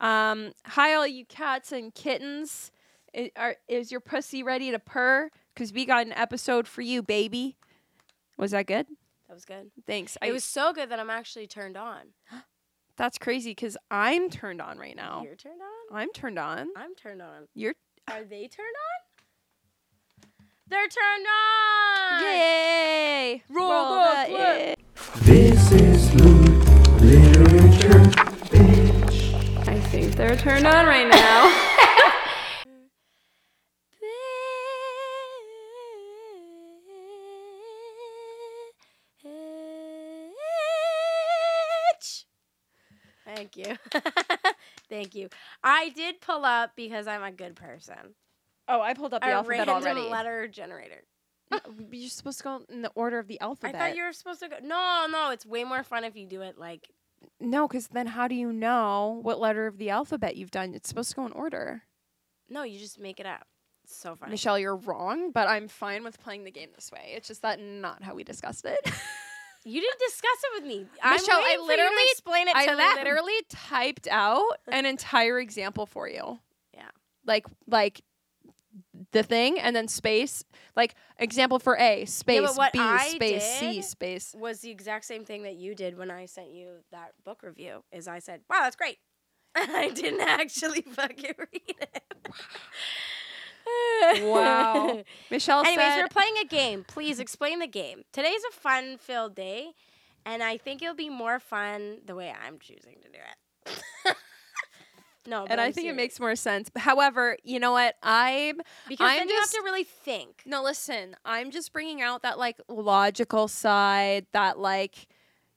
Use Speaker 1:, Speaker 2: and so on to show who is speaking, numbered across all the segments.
Speaker 1: Um, hi, all you cats and kittens. I- are, is your pussy ready to purr? Because we got an episode for you, baby. Was that good?
Speaker 2: That was good.
Speaker 1: Thanks. I
Speaker 2: It was so good that I'm actually turned on.
Speaker 1: That's crazy because I'm turned on right now.
Speaker 2: You're turned on?
Speaker 1: I'm turned on.
Speaker 2: I'm turned on.
Speaker 1: You're
Speaker 2: Are they turned on? They're turned on!
Speaker 1: yay! uh, eh.
Speaker 2: Roll the clip.
Speaker 1: yay.
Speaker 3: This is Loot Literature, bitch.
Speaker 1: I think they're turned on right now.
Speaker 2: Bitch. Thank you. Thank you. I did pull up because I'm a good person.
Speaker 1: oh, I pulled up the
Speaker 2: a
Speaker 1: alphabet
Speaker 2: random
Speaker 1: already.
Speaker 2: letter generator.
Speaker 1: You're supposed to go in the order of the alphabet.
Speaker 2: I thought you were supposed to go. No, no, it's way more fun if you do it like.
Speaker 1: No, because then how do you know what letter of the alphabet you've done? It's supposed to go in order.
Speaker 2: No, you just make it up. It's so funny.
Speaker 1: Michelle, you're wrong, but I'm fine with playing the game this way. It's just that not how we discussed it.
Speaker 2: You didn't discuss it with me.
Speaker 1: Michelle, I
Speaker 2: I'm waiting for you to
Speaker 1: literally-
Speaker 2: explain it to
Speaker 1: I
Speaker 2: them.
Speaker 1: literally typed out an entire example for you.
Speaker 2: Yeah.
Speaker 1: Like like the thing and then space. Like example for A, space
Speaker 2: what
Speaker 1: B,
Speaker 2: I
Speaker 1: space C,
Speaker 2: did-
Speaker 1: space.
Speaker 2: was the exact same thing that you did when I sent you that book review. Is I said, "Wow, that's great," and I didn't actually fucking read it.
Speaker 1: Wow. Michelle
Speaker 2: Anyways,
Speaker 1: said
Speaker 2: we're playing a game. Please explain the game. Today's a fun-filled day, and I think it'll be more fun the way I'm choosing to do it. no, but
Speaker 1: and I
Speaker 2: I'm
Speaker 1: think
Speaker 2: serious.
Speaker 1: it makes more sense. However, you know what? I'm
Speaker 2: because
Speaker 1: I'm
Speaker 2: then
Speaker 1: just-
Speaker 2: you have to really think.
Speaker 1: No, listen, I'm just bringing out that like logical side, that like,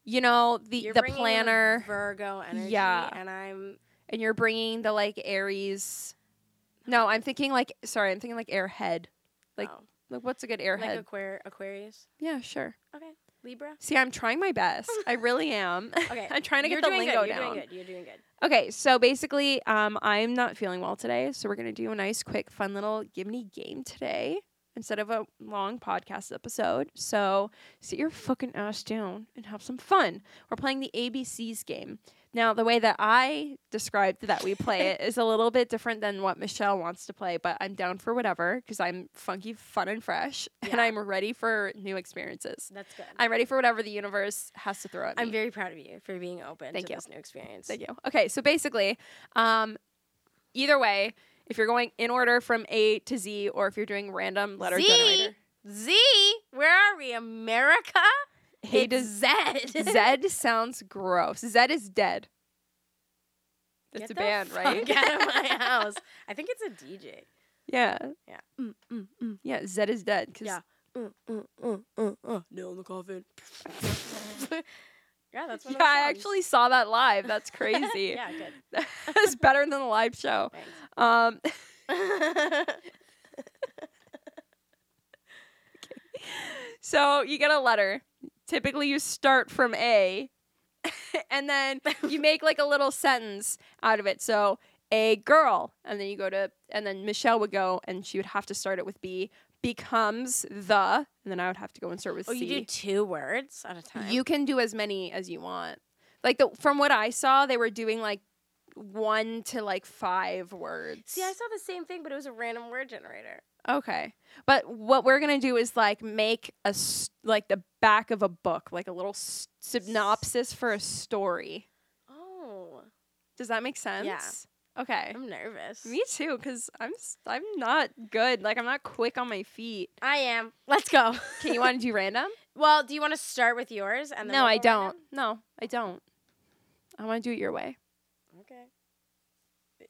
Speaker 1: you know, the
Speaker 2: You're
Speaker 1: the
Speaker 2: bringing
Speaker 1: planner,
Speaker 2: Virgo energy,
Speaker 1: Yeah.
Speaker 2: and I'm
Speaker 1: and you're bringing the like Aries. No, I'm thinking like sorry, I'm thinking like airhead. Like-
Speaker 2: oh,
Speaker 1: Like, what's a good
Speaker 2: like
Speaker 1: airhead?
Speaker 2: Aquar- Aquarius,
Speaker 1: yeah, sure.
Speaker 2: Libra.
Speaker 1: See, I'm trying my best. I really am.
Speaker 2: Okay,
Speaker 1: I'm trying to
Speaker 2: you're
Speaker 1: get the
Speaker 2: doing
Speaker 1: lingo
Speaker 2: good. You're
Speaker 1: down.
Speaker 2: doing good. You're doing good.
Speaker 1: Okay, so basically, um, I'm not feeling well today, so we're gonna do a nice, quick, fun little Gimney game today instead of a long podcast episode. So sit your fucking ass down and have some fun. We're playing the ABCs game. Now, the way that I described that we play it is a little bit different than what Michelle wants to play, but I'm down for whatever because I'm funky, fun, and fresh, and
Speaker 2: Yeah.
Speaker 1: I'm ready for new experiences.
Speaker 2: That's good.
Speaker 1: I'm ready for whatever the universe has to throw at me.
Speaker 2: I'm very proud of you for being open
Speaker 1: Thank
Speaker 2: to
Speaker 1: you.
Speaker 2: this new experience.
Speaker 1: Thank you. Okay, so basically, um, either way, if you're going in order from A to Z, or if you're doing random letter
Speaker 2: Z?
Speaker 1: generator,
Speaker 2: Z, where are we? America?
Speaker 1: A
Speaker 2: it's
Speaker 1: to
Speaker 2: Z.
Speaker 1: Z sounds gross. Z is dead.
Speaker 2: Get
Speaker 1: That's a
Speaker 2: the
Speaker 1: band,
Speaker 2: fuck
Speaker 1: right?
Speaker 2: Out of my house. I think it's a DJ.
Speaker 1: Yeah,
Speaker 2: Yeah. Mm, mm, mm.
Speaker 1: yeah. Z is dead. 'cause-
Speaker 2: Yeah. Mm, mm, mm, mm, mm. Nail in the coffin. yeah, that's
Speaker 1: Yeah, I
Speaker 2: one of the songs.
Speaker 1: actually saw that live. That's crazy.
Speaker 2: yeah, good.
Speaker 1: That's better than the live show.
Speaker 2: Thanks.
Speaker 1: Um, so you get a letter. Typically, you start from A, and then you make like a little sentence out of it. So a girl, and then you go to, and then Michelle would go, and she would have to start it with B. Becomes the, and then I would have to go and start with
Speaker 2: oh,
Speaker 1: C.
Speaker 2: you do two words at a time.
Speaker 1: You can do as many as you want. Like the from what I saw, they were doing like one to like five words.
Speaker 2: see, I saw the same thing, but it was a random word generator.
Speaker 1: Okay. But what we're going to do is like make a s- like the back of a book, like a little s- synopsis for a story.
Speaker 2: Oh,
Speaker 1: Does that make sense?
Speaker 2: Yeah.
Speaker 1: Okay.
Speaker 2: I'm nervous.
Speaker 1: Me too cuz I'm s- I'm not good. Like I'm not quick on my feet.
Speaker 2: I am. Let's go.
Speaker 1: Can you want to do random?
Speaker 2: Well, do you want to start with yours? And then
Speaker 1: No,
Speaker 2: we'll
Speaker 1: I
Speaker 2: go random?
Speaker 1: don't. No, I don't. I want to do it your way.
Speaker 2: Okay.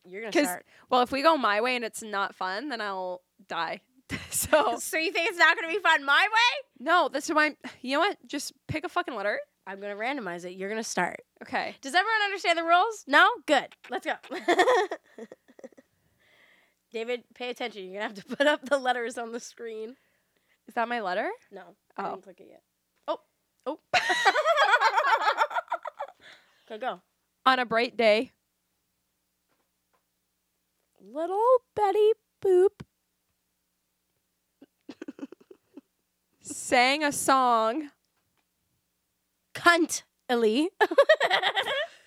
Speaker 2: You're gonna
Speaker 1: 'Cause-
Speaker 2: start.
Speaker 1: Well, if we go my way and it's not fun, then I'll die. so,
Speaker 2: So you think it's not gonna be fun my way?
Speaker 1: no, that's why I'm, you know what? Just pick a fucking letter.
Speaker 2: I'm gonna randomize it. You're gonna start.
Speaker 1: Okay.
Speaker 2: Does everyone understand the rules? No? Good. Let's go. David, pay attention. You're gonna have to put up the letters on the screen.
Speaker 1: Is that my letter?
Speaker 2: No,
Speaker 1: Oh.
Speaker 2: I didn't click it yet. Oh, oh. okay, go.
Speaker 1: On a bright day,
Speaker 2: Little Betty Boop.
Speaker 1: sang a song
Speaker 2: Cunt, Ellie.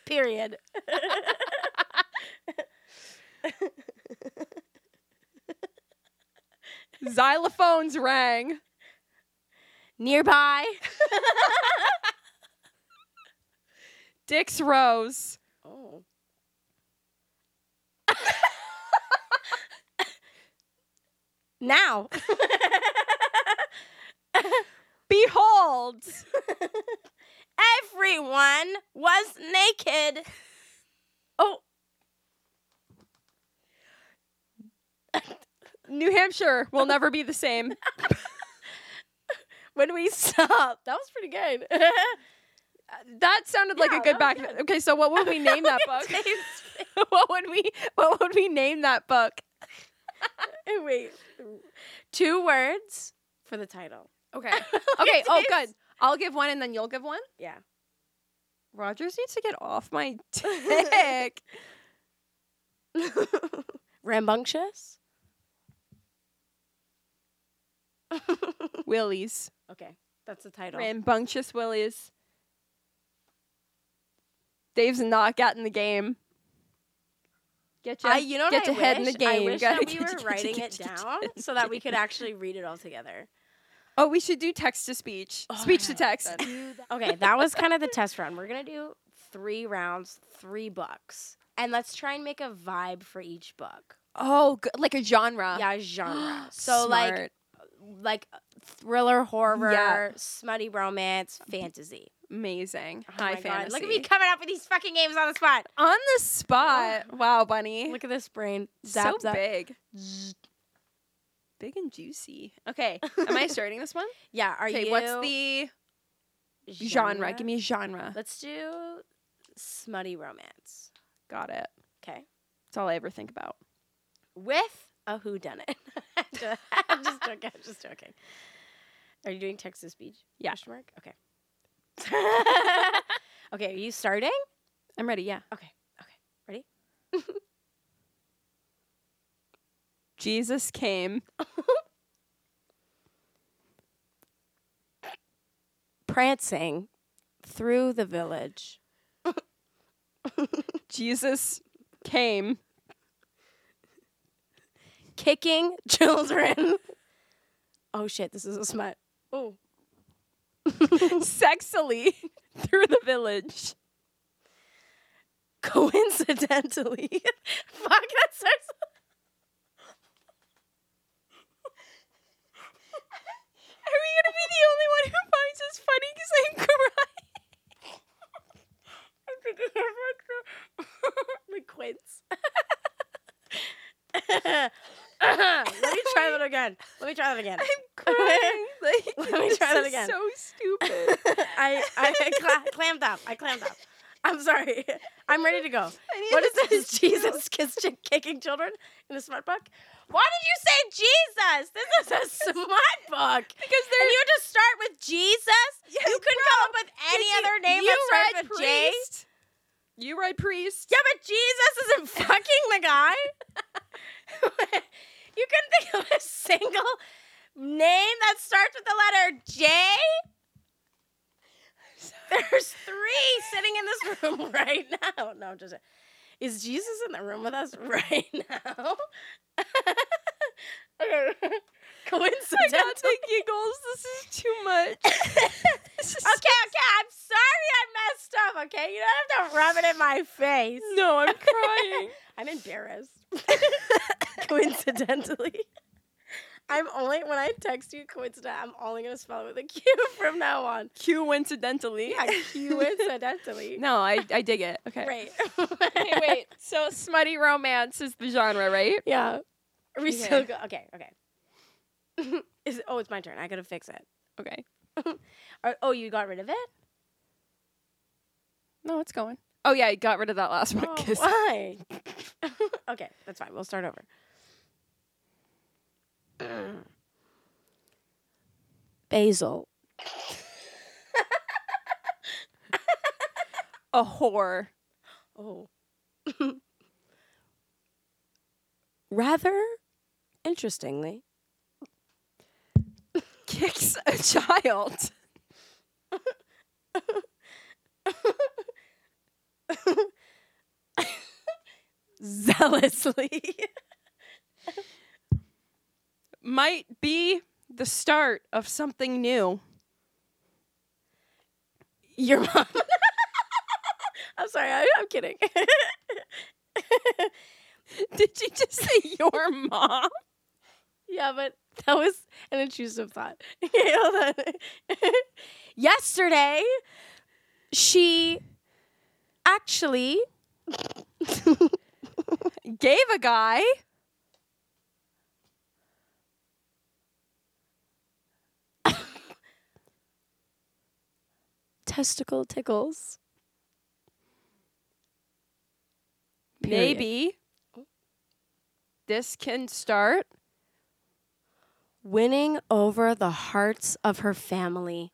Speaker 2: Period.
Speaker 1: Xylophones rang.
Speaker 2: Nearby.
Speaker 1: Dicks rose.
Speaker 2: Oh. now.
Speaker 1: Behold.
Speaker 2: Everyone was naked. Oh,
Speaker 1: New Hampshire will never be the same.
Speaker 2: when we stopped. That was pretty good.
Speaker 1: That sounded like
Speaker 2: Yeah,
Speaker 1: a good
Speaker 2: that
Speaker 1: back.
Speaker 2: was
Speaker 1: Okay, so what would we name that book? what would we what would we name that book?
Speaker 2: Wait. Two words for the title.
Speaker 1: Okay. Okay, oh
Speaker 2: Yes.
Speaker 1: good. I'll give one and then you'll give one.
Speaker 2: Yeah.
Speaker 1: Rogers needs to get off my dick.
Speaker 2: Rambunctious?
Speaker 1: Willies.
Speaker 2: Okay. That's the title.
Speaker 1: Rambunctious Willies. Dave's not got in the game. Get your,
Speaker 2: I, you know what
Speaker 1: get
Speaker 2: I
Speaker 1: your head in
Speaker 2: wish?
Speaker 1: the game.
Speaker 2: I wish
Speaker 1: Gotta
Speaker 2: that we
Speaker 1: get
Speaker 2: were
Speaker 1: your- get your-
Speaker 2: writing
Speaker 1: get
Speaker 2: it
Speaker 1: your- get your
Speaker 2: down
Speaker 1: head in
Speaker 2: so
Speaker 1: the
Speaker 2: that we
Speaker 1: game.
Speaker 2: could actually read it all together.
Speaker 1: Oh, we should do text to speech.
Speaker 2: Oh,
Speaker 1: speech to text.
Speaker 2: Okay, that was kind of the test run. We're gonna do three rounds, three books, and let's try and make a vibe for each book.
Speaker 1: Oh, good. like a genre.
Speaker 2: yeah, genre. So like like thriller, horror, smutty romance, fantasy.
Speaker 1: amazing.
Speaker 2: Oh
Speaker 1: High
Speaker 2: my
Speaker 1: fantasy.
Speaker 2: God, Look at me coming up with these fucking games on the spot.
Speaker 1: on the spot. Wow, bunny.
Speaker 2: Oh. Look at this brain.
Speaker 1: so
Speaker 2: Zap, zap.
Speaker 1: big. Big and juicy. Okay. Am I starting this one?
Speaker 2: Yeah. Are
Speaker 1: Okay,
Speaker 2: you?
Speaker 1: what's the genre? Give me genre.
Speaker 2: Let's do smutty romance.
Speaker 1: Got it.
Speaker 2: Okay.
Speaker 1: That's all I ever think about.
Speaker 2: with a whodunit. I'm just- I'm just joking. I'm just joking. Are you doing text to speech?
Speaker 1: Yeah.
Speaker 2: Question mark? Okay. okay, are you starting?
Speaker 1: I'm ready, yeah. Jesus came.
Speaker 2: Prancing through the village.
Speaker 1: Jesus came.
Speaker 2: Kicking children. Oh shit, this is a smut. Oh.
Speaker 1: sexily through the village.
Speaker 2: Coincidentally. Fuck, that starts.
Speaker 1: Are we gonna be the only one who finds this funny because I'm crying?
Speaker 2: like quince. Let me try that again. Let me try that again.
Speaker 1: I'm crying. Like,
Speaker 2: Let me
Speaker 1: this
Speaker 2: try that
Speaker 1: is
Speaker 2: again.
Speaker 1: So stupid.
Speaker 2: I, I cla- clammed up. I clammed up. I'm sorry. I'm ready to go.
Speaker 1: I need
Speaker 2: What is
Speaker 1: a
Speaker 2: this?
Speaker 1: tissue.
Speaker 2: Jesus kiss chick kicking children in a smart book? Why did you say Jesus? This is a smart book.
Speaker 1: Because
Speaker 2: And
Speaker 1: there's
Speaker 2: you just start with Jesus? You couldn't come up with any other name
Speaker 1: you
Speaker 2: that
Speaker 1: read
Speaker 2: starts with J?
Speaker 1: priest. You read priest.
Speaker 2: Yeah, but Jesus isn't fucking the guy. you couldn't think of a single name that starts with the letter J? There's three sitting in this room right now. No, I'm just. Is Jesus in the room with us right now?
Speaker 1: I got
Speaker 2: Coincidentally.
Speaker 1: the giggles. This is too much. This is-
Speaker 2: Okay, okay, I'm sorry I messed up, okay? You don't have to rub it in my face.
Speaker 1: No, I'm crying.
Speaker 2: I'm embarrassed. Coincidentally. I'm only when I text you coincident, I'm only gonna spell it with a Q from now on.
Speaker 1: Coincidentally.
Speaker 2: Yeah, coincidentally.
Speaker 1: No, I, I dig it. Okay.
Speaker 2: Right.
Speaker 1: Okay, wait. So smutty romance is the genre, right?
Speaker 2: Yeah. Are we still
Speaker 1: Okay.
Speaker 2: go okay, okay. Is oh it's my turn. I gotta fix it.
Speaker 1: Okay.
Speaker 2: Are- oh, you got rid of it?
Speaker 1: No, it's going. Oh yeah, I got rid of that last one.
Speaker 2: Oh,
Speaker 1: 'cause-
Speaker 2: why? okay, that's fine. We'll start over. Basil.
Speaker 1: a whore.
Speaker 2: Oh. Rather interestingly,
Speaker 1: Kicks a child.
Speaker 2: zealously.
Speaker 1: might be the start of something new.
Speaker 2: Your mom. I'm sorry, I, I'm kidding.
Speaker 1: Did you just say your mom?
Speaker 2: yeah, but that was an intrusive thought. Okay, hold on. Yesterday, she actually
Speaker 1: Gave a guy.
Speaker 2: testicle tickles. Period.
Speaker 1: Maybe this can start.
Speaker 2: Winning over the hearts of her family.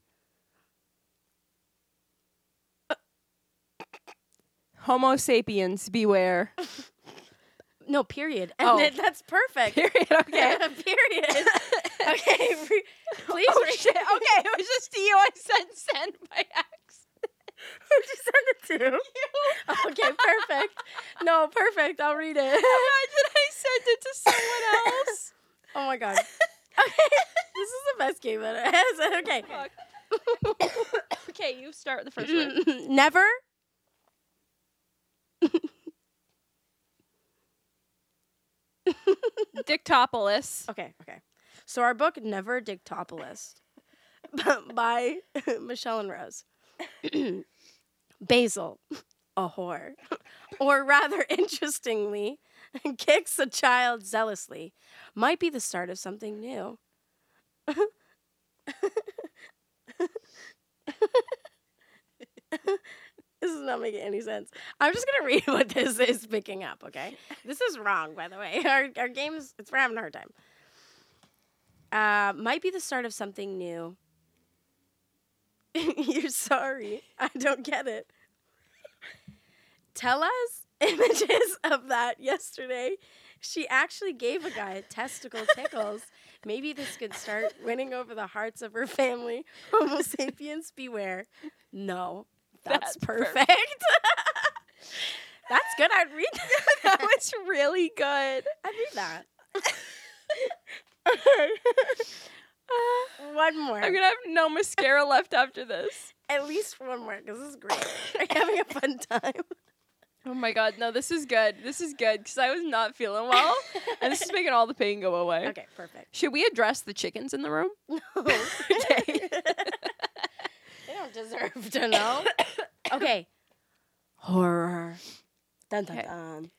Speaker 1: Homo sapiens, beware.
Speaker 2: No, period.
Speaker 1: Oh.
Speaker 2: And then that's perfect.
Speaker 1: Period. Okay.
Speaker 2: period. okay. re- please.
Speaker 1: oh
Speaker 2: re-
Speaker 1: shit. Okay, it was just to you. I said send by accident.
Speaker 2: Who'd you send it to? okay, perfect. No, perfect. I'll read it.
Speaker 1: Imagine I sent it to someone else.
Speaker 2: Oh my god. Oh Okay. this is the best game ever. I said, okay.
Speaker 1: Fuck. okay, you start the first one.
Speaker 2: Never.
Speaker 1: Dictopolis.
Speaker 2: Okay, okay. So our book Never Dictopolis by Michelle and Rose. Basil, a whore, or rather interestingly, kicks a child zealously, might be the start of something new. this is not making any sense. I'm just gonna read what this is picking up, okay? This is wrong, by the way. Our, our game's, it's, we're having a hard time. Uh, might be the start of something new. You're sorry. I don't get it. Tell us images of that yesterday. She actually gave a guy testicle tickles. Maybe this could start winning over the hearts of her family. Homo sapiens, beware. No, that's,
Speaker 1: That's
Speaker 2: perfect.
Speaker 1: perfect.
Speaker 2: that's good. I'd read that.
Speaker 1: that was really good.
Speaker 2: I need that. one more.
Speaker 1: I'm gonna have no mascara left after this.
Speaker 2: At least one more, because this is great. We're having a fun time.
Speaker 1: Oh my god, no, this is good. This is good because I was not feeling well, and this is making all the pain go away.
Speaker 2: Okay, perfect.
Speaker 1: Should we address the chickens in the room?
Speaker 2: they don't deserve to know. Okay. Horror. Dun dun
Speaker 1: Okay.
Speaker 2: dun.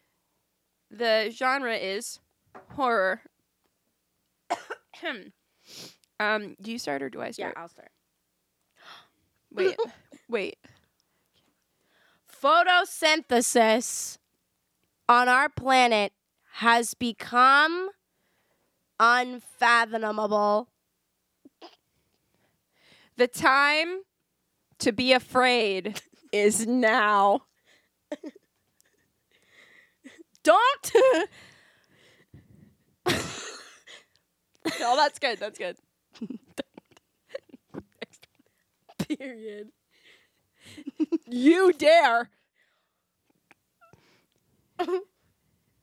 Speaker 1: The genre is horror. um, do you start or do I
Speaker 2: Yeah,
Speaker 1: start?
Speaker 2: I'll start.
Speaker 1: Wait, wait.
Speaker 2: Photosynthesis on our planet has become unfathomable.
Speaker 1: The time to be afraid is now.
Speaker 2: Don't
Speaker 1: No, Oh, that's good. That's good.
Speaker 2: period.
Speaker 1: You dare.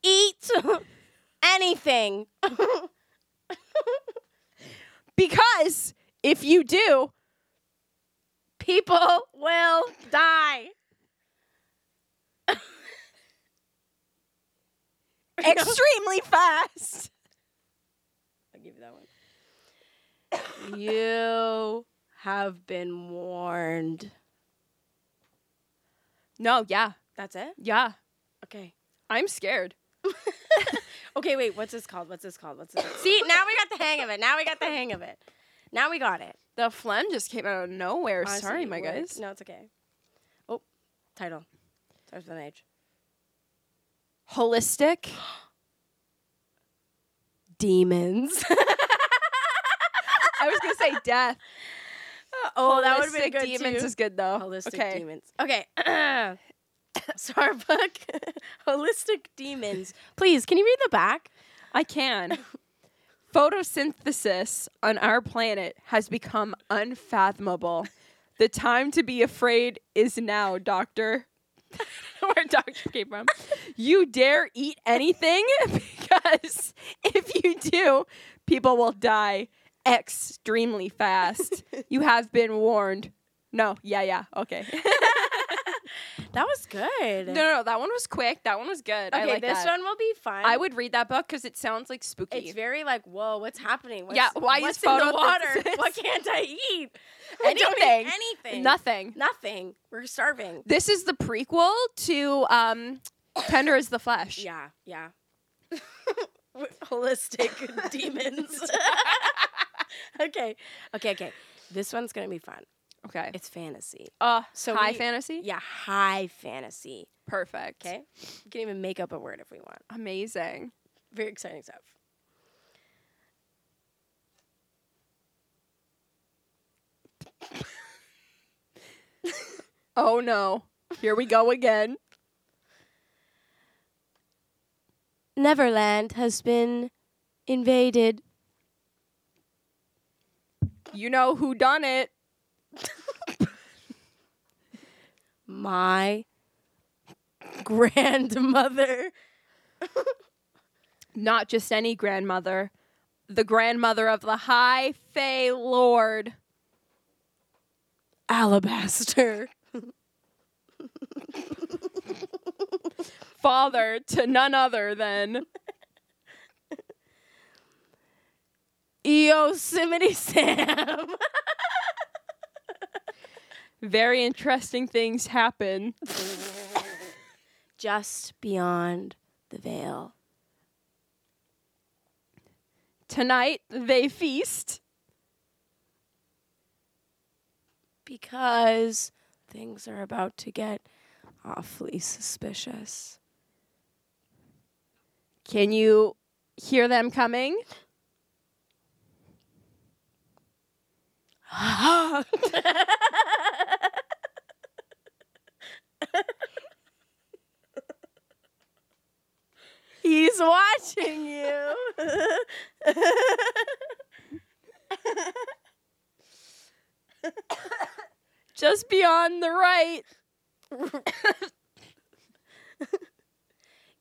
Speaker 2: Eat anything.
Speaker 1: Because if you do,
Speaker 2: People will die.
Speaker 1: extremely fast,
Speaker 2: I'll give you that one. you have been warned.
Speaker 1: No, yeah,
Speaker 2: That's it?
Speaker 1: yeah.
Speaker 2: Okay.
Speaker 1: I'm scared.
Speaker 2: Okay, wait, what's this called? What's this called? What's this? See, now we got the hang of it. Now we got the hang of it. Now we got it.
Speaker 1: The phlegm just came out of nowhere.
Speaker 2: Honestly,
Speaker 1: Sorry, my
Speaker 2: it worked.
Speaker 1: guys.
Speaker 2: No, it's okay. Oh, title. Starts with an H.
Speaker 1: Holistic.
Speaker 2: Demons.
Speaker 1: I was gonna say death.
Speaker 2: oh, that would have been
Speaker 1: Holistic
Speaker 2: good
Speaker 1: demons
Speaker 2: too.
Speaker 1: is good though.
Speaker 2: Holistic
Speaker 1: okay.
Speaker 2: Demons. Okay. so our book, Holistic Demons. Please, can you read the back?
Speaker 1: I can. Photosynthesis on our planet has become unfathomable. The time to be afraid is now, Doctor. where doctor came from. You dare eat anything because if you do, people will die extremely fast. you have been warned. No, yeah, yeah, okay.
Speaker 2: That was good.
Speaker 1: no, no, no, that one was quick. That one was good. I
Speaker 2: okay,
Speaker 1: like
Speaker 2: this
Speaker 1: that.
Speaker 2: one will be fun.
Speaker 1: I would read that book because it sounds like spooky.
Speaker 2: It's very like, whoa, what's happening? What's,
Speaker 1: Yeah, why is
Speaker 2: what's in the water?
Speaker 1: photosynthesis-
Speaker 2: What can't I eat? I don't eat
Speaker 1: Anything.
Speaker 2: anything.
Speaker 1: Nothing.
Speaker 2: Nothing. We're starving.
Speaker 1: This is the prequel to um, Tender as the Flesh.
Speaker 2: Yeah, yeah. We're Holistic demons. okay, okay, okay. This one's gonna be fun.
Speaker 1: Okay.
Speaker 2: It's fantasy.
Speaker 1: Uh,
Speaker 2: So
Speaker 1: high
Speaker 2: we-
Speaker 1: fantasy.
Speaker 2: Yeah, high fantasy.
Speaker 1: Perfect.
Speaker 2: Okay, we can even make up a word if we want.
Speaker 1: Amazing.
Speaker 2: Very exciting stuff.
Speaker 1: Oh no. Here we go again.
Speaker 2: Neverland has been invaded.
Speaker 1: You know who done it?
Speaker 2: My grandmother.
Speaker 1: Not just any grandmother, the grandmother of the High Fey Lord.
Speaker 2: Alabaster.
Speaker 1: Father to none other than
Speaker 2: Yosemite Sam.
Speaker 1: very interesting things happen.
Speaker 2: Just beyond the veil.
Speaker 1: Tonight they feast.
Speaker 2: Because things are about to get awfully suspicious.
Speaker 1: Can you hear them coming?
Speaker 2: He's watching you.
Speaker 1: Just beyond the right.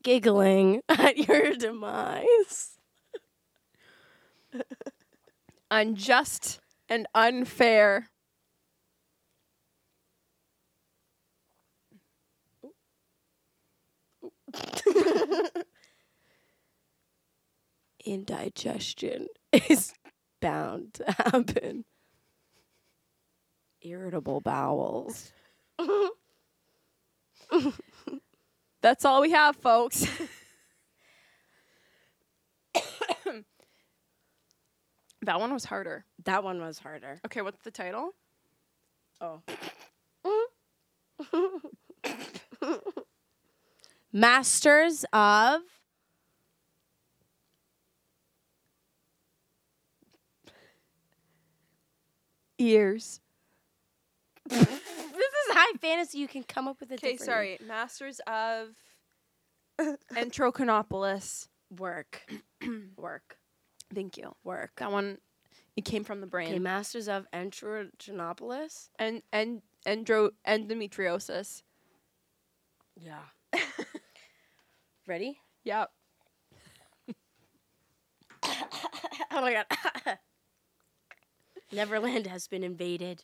Speaker 2: Giggling at your demise.
Speaker 1: Unjust and unfair.
Speaker 2: Indigestion is bound to happen. Irritable bowels.
Speaker 1: That's all we have, folks. that one was harder.
Speaker 2: That one was harder.
Speaker 1: Okay, what's the title?
Speaker 2: Oh. Masters of
Speaker 1: Ears.
Speaker 2: This is high fantasy. You can come up with a
Speaker 1: Okay,
Speaker 2: different
Speaker 1: sorry. Masters of Entrochinopolis.
Speaker 2: Work. Work.
Speaker 1: Thank you.
Speaker 2: Work.
Speaker 1: That one, it came from the
Speaker 2: Okay,
Speaker 1: brain.
Speaker 2: Masters of Enterogenopolis.
Speaker 1: And and endro endometriosis.
Speaker 2: Yeah. Ready?
Speaker 1: Yep.
Speaker 2: Oh my god. Neverland has been invaded.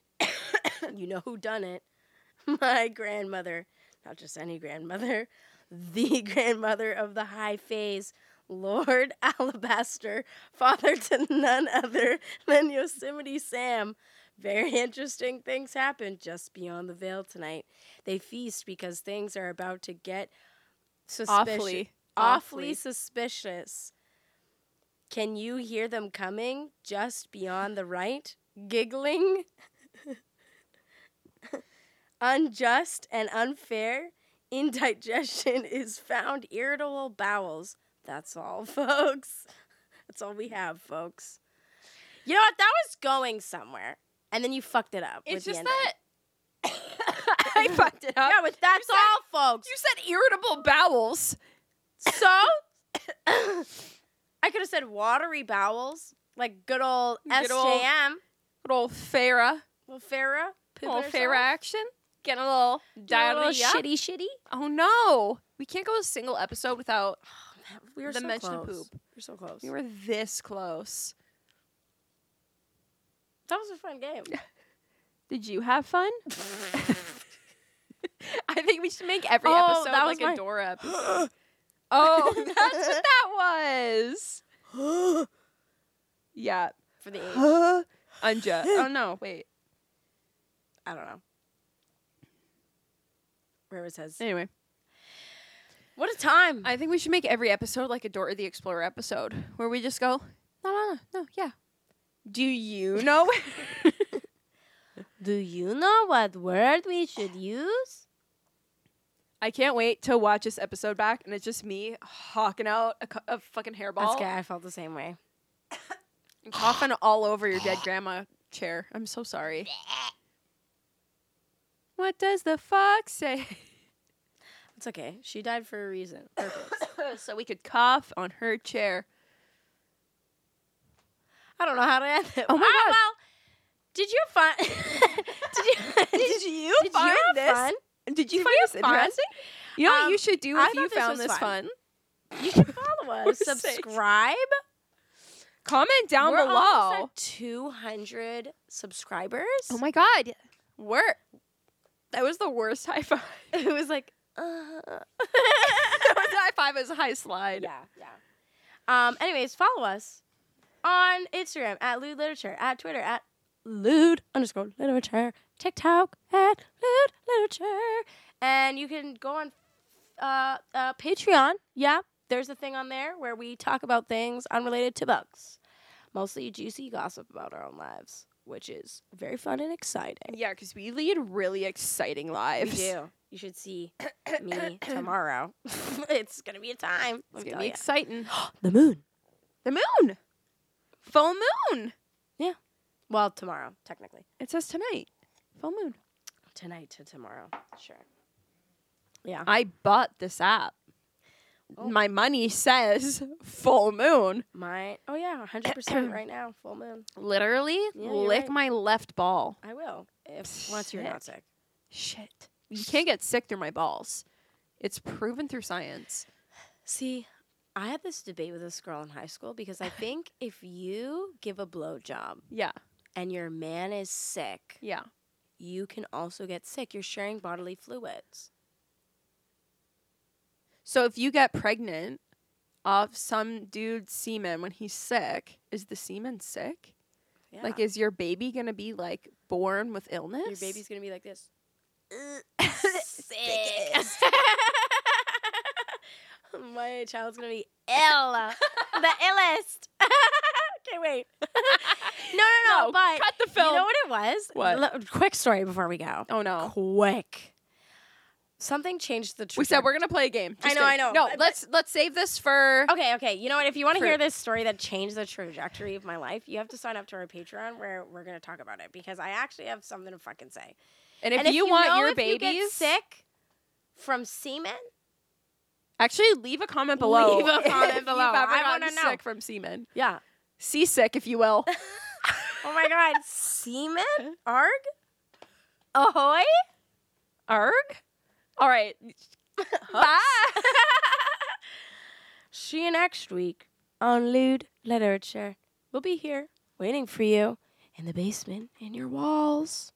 Speaker 2: you know who done it? My grandmother. Not just any grandmother. The grandmother of the high phase, Lord Alabaster, father to none other than Yosemite Sam. Very interesting things happen just beyond the veil tonight. They feast because things are about to get suspicious
Speaker 1: Awfully.
Speaker 2: awfully suspicious. Can you hear them coming just beyond the right? Giggling? Unjust and unfair. Indigestion is found irritable bowels. That's all, folks. That's all we have, folks. You know what? That was going somewhere. And then you fucked it up. with
Speaker 1: It's
Speaker 2: the
Speaker 1: just
Speaker 2: ending.
Speaker 1: that I fucked it up.
Speaker 2: Yeah, but that's
Speaker 1: said-
Speaker 2: all, folks.
Speaker 1: you said irritable bowels.
Speaker 2: So I could have said watery bowels, like good old
Speaker 1: Good old-
Speaker 2: SJM.
Speaker 1: Little Farah.
Speaker 2: Well, Farah.
Speaker 1: Little Farah action. Get a little
Speaker 2: a
Speaker 1: dial
Speaker 2: little
Speaker 1: shitty shitty. Oh no. We can't go a single episode without
Speaker 2: Oh, We were
Speaker 1: the
Speaker 2: so
Speaker 1: mention of
Speaker 2: close.
Speaker 1: poop.
Speaker 2: We were so close.
Speaker 1: We were this close.
Speaker 2: that was a fun game.
Speaker 1: Did you have fun? I think we should make every
Speaker 2: Oh,
Speaker 1: episode
Speaker 2: that
Speaker 1: like
Speaker 2: was mine.
Speaker 1: a Dora episode. oh, that's what that was.
Speaker 2: For
Speaker 1: Yeah.
Speaker 2: the age.
Speaker 1: Unjust. Oh no, wait.
Speaker 2: I don't know. River says,
Speaker 1: Anyway,
Speaker 2: What a time.
Speaker 1: I think we should make every episode like a Dora the Explorer episode where we just go, no, no, no, no yeah. Do you know?
Speaker 2: Do you know what word we should use?
Speaker 1: I can't wait to watch this episode back, and it's just me hawking out a, cu- a fucking
Speaker 2: That's
Speaker 1: hairball
Speaker 2: good. I felt the same way.
Speaker 1: and coughing all over your dead grandma chair. I'm so sorry. What does the fox say?
Speaker 2: It's okay. She died for a reason. Purpose.
Speaker 1: so we could cough on her chair.
Speaker 2: I don't know how to end it.
Speaker 1: Oh my
Speaker 2: Ah,
Speaker 1: God.
Speaker 2: Well, did you find? did you?
Speaker 1: Did you
Speaker 2: did
Speaker 1: find
Speaker 2: you have
Speaker 1: this?
Speaker 2: fun?
Speaker 1: Did you
Speaker 2: Did
Speaker 1: find
Speaker 2: we
Speaker 1: this
Speaker 2: have fun?
Speaker 1: interesting? You know what
Speaker 2: Um,
Speaker 1: you should do
Speaker 2: I
Speaker 1: if you
Speaker 2: thought this
Speaker 1: found
Speaker 2: was
Speaker 1: this
Speaker 2: fun.
Speaker 1: fun?
Speaker 2: You can follow us.
Speaker 1: For sakes.
Speaker 2: Subscribe
Speaker 1: Comment down
Speaker 2: We're
Speaker 1: below.
Speaker 2: Two hundred subscribers.
Speaker 1: Oh my god. Where? That was the worst high five.
Speaker 2: It was like, uh.
Speaker 1: that was high five. It was a high slide.
Speaker 2: yeah, yeah. Um. Anyways, follow us on Instagram at lewd literature, at Twitter at lewd underscore literature, TikTok at lewd literature, and you can go on uh, uh, Patreon. Yeah, there's a thing on there where we talk about things unrelated to books, mostly juicy gossip about our own lives, which is very fun and exciting.
Speaker 1: Yeah, because we lead really exciting
Speaker 2: We
Speaker 1: lives.
Speaker 2: do. You should see me tomorrow. it's gonna be a time.
Speaker 1: It's
Speaker 2: let
Speaker 1: gonna
Speaker 2: me tell
Speaker 1: be
Speaker 2: ya.
Speaker 1: exciting.
Speaker 2: the moon.
Speaker 1: the moon. Full moon.
Speaker 2: Well, tomorrow, technically.
Speaker 1: It says tonight. Full moon.
Speaker 2: Tonight to tomorrow. Sure. Yeah.
Speaker 1: I bought this app.
Speaker 2: Oh.
Speaker 1: My money says full moon.
Speaker 2: My oh yeah, hundred percent right now, full moon.
Speaker 1: Literally,
Speaker 2: Yeah, you're
Speaker 1: lick
Speaker 2: right.
Speaker 1: my left ball.
Speaker 2: I will. If once you're not sick.
Speaker 1: Shit. You can't get sick through my balls. It's proven through science.
Speaker 2: See, I had this debate with this girl in high school because I think if you give a blowjob
Speaker 1: Yeah.
Speaker 2: and your man is sick,
Speaker 1: Yeah.
Speaker 2: you can also get sick. You're sharing bodily fluids.
Speaker 1: So if you get pregnant off some dude's semen when he's sick, is the semen sick?
Speaker 2: Yeah.
Speaker 1: Like, is your baby gonna be like born with illness?
Speaker 2: your baby's gonna be like this. My child's gonna be ill. the illest. okay, wait. No, no, no.
Speaker 1: No,
Speaker 2: but
Speaker 1: cut the film.
Speaker 2: You know what it was?
Speaker 1: What?
Speaker 2: Lo- quick story before we go.
Speaker 1: Oh no.
Speaker 2: Quick. Something changed the.
Speaker 1: We said
Speaker 2: trajectory.
Speaker 1: we're gonna play a game.
Speaker 2: I
Speaker 1: Just
Speaker 2: know, I
Speaker 1: kidding.
Speaker 2: know,
Speaker 1: No,
Speaker 2: but-
Speaker 1: let's let's save this for.
Speaker 2: Okay, okay. You know what? If you want to
Speaker 1: For-
Speaker 2: hear this story that changed the trajectory of my life, you have to sign up to our Patreon where we're going to talk about it because I actually have something to fucking say.
Speaker 1: And if,
Speaker 2: and if
Speaker 1: you, want
Speaker 2: know
Speaker 1: your
Speaker 2: if
Speaker 1: babies,
Speaker 2: you get sick from semen,
Speaker 1: actually leave a comment below.
Speaker 2: Leave a
Speaker 1: if
Speaker 2: comment
Speaker 1: you've
Speaker 2: below.
Speaker 1: ever
Speaker 2: I
Speaker 1: gotten
Speaker 2: wanna know.
Speaker 1: sick from semen,
Speaker 2: yeah.
Speaker 1: seasick, if you will.
Speaker 2: Oh my god, semen? Arg? Ahoy?
Speaker 1: Arg. All right.
Speaker 2: Bye. See you next week on Lewd Literature. We'll be here waiting for you in the basement, in your walls.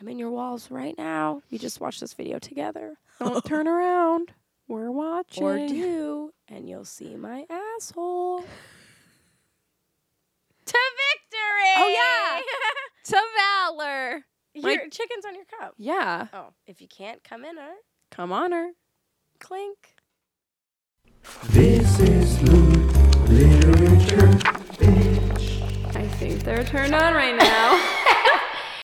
Speaker 2: I'm in your walls right now. You just watch this video together.
Speaker 1: Don't turn around. We're watching.
Speaker 2: Or do, and you'll see my asshole. to victory!
Speaker 1: Oh, to valor.
Speaker 2: yeah! your
Speaker 1: My-
Speaker 2: chicken's on your cup.
Speaker 1: Yeah.
Speaker 2: Oh, if you can't come in her,
Speaker 1: Come on her.
Speaker 2: clink.
Speaker 3: This is Loot Literature Bitch.
Speaker 1: I think they're turned on right now.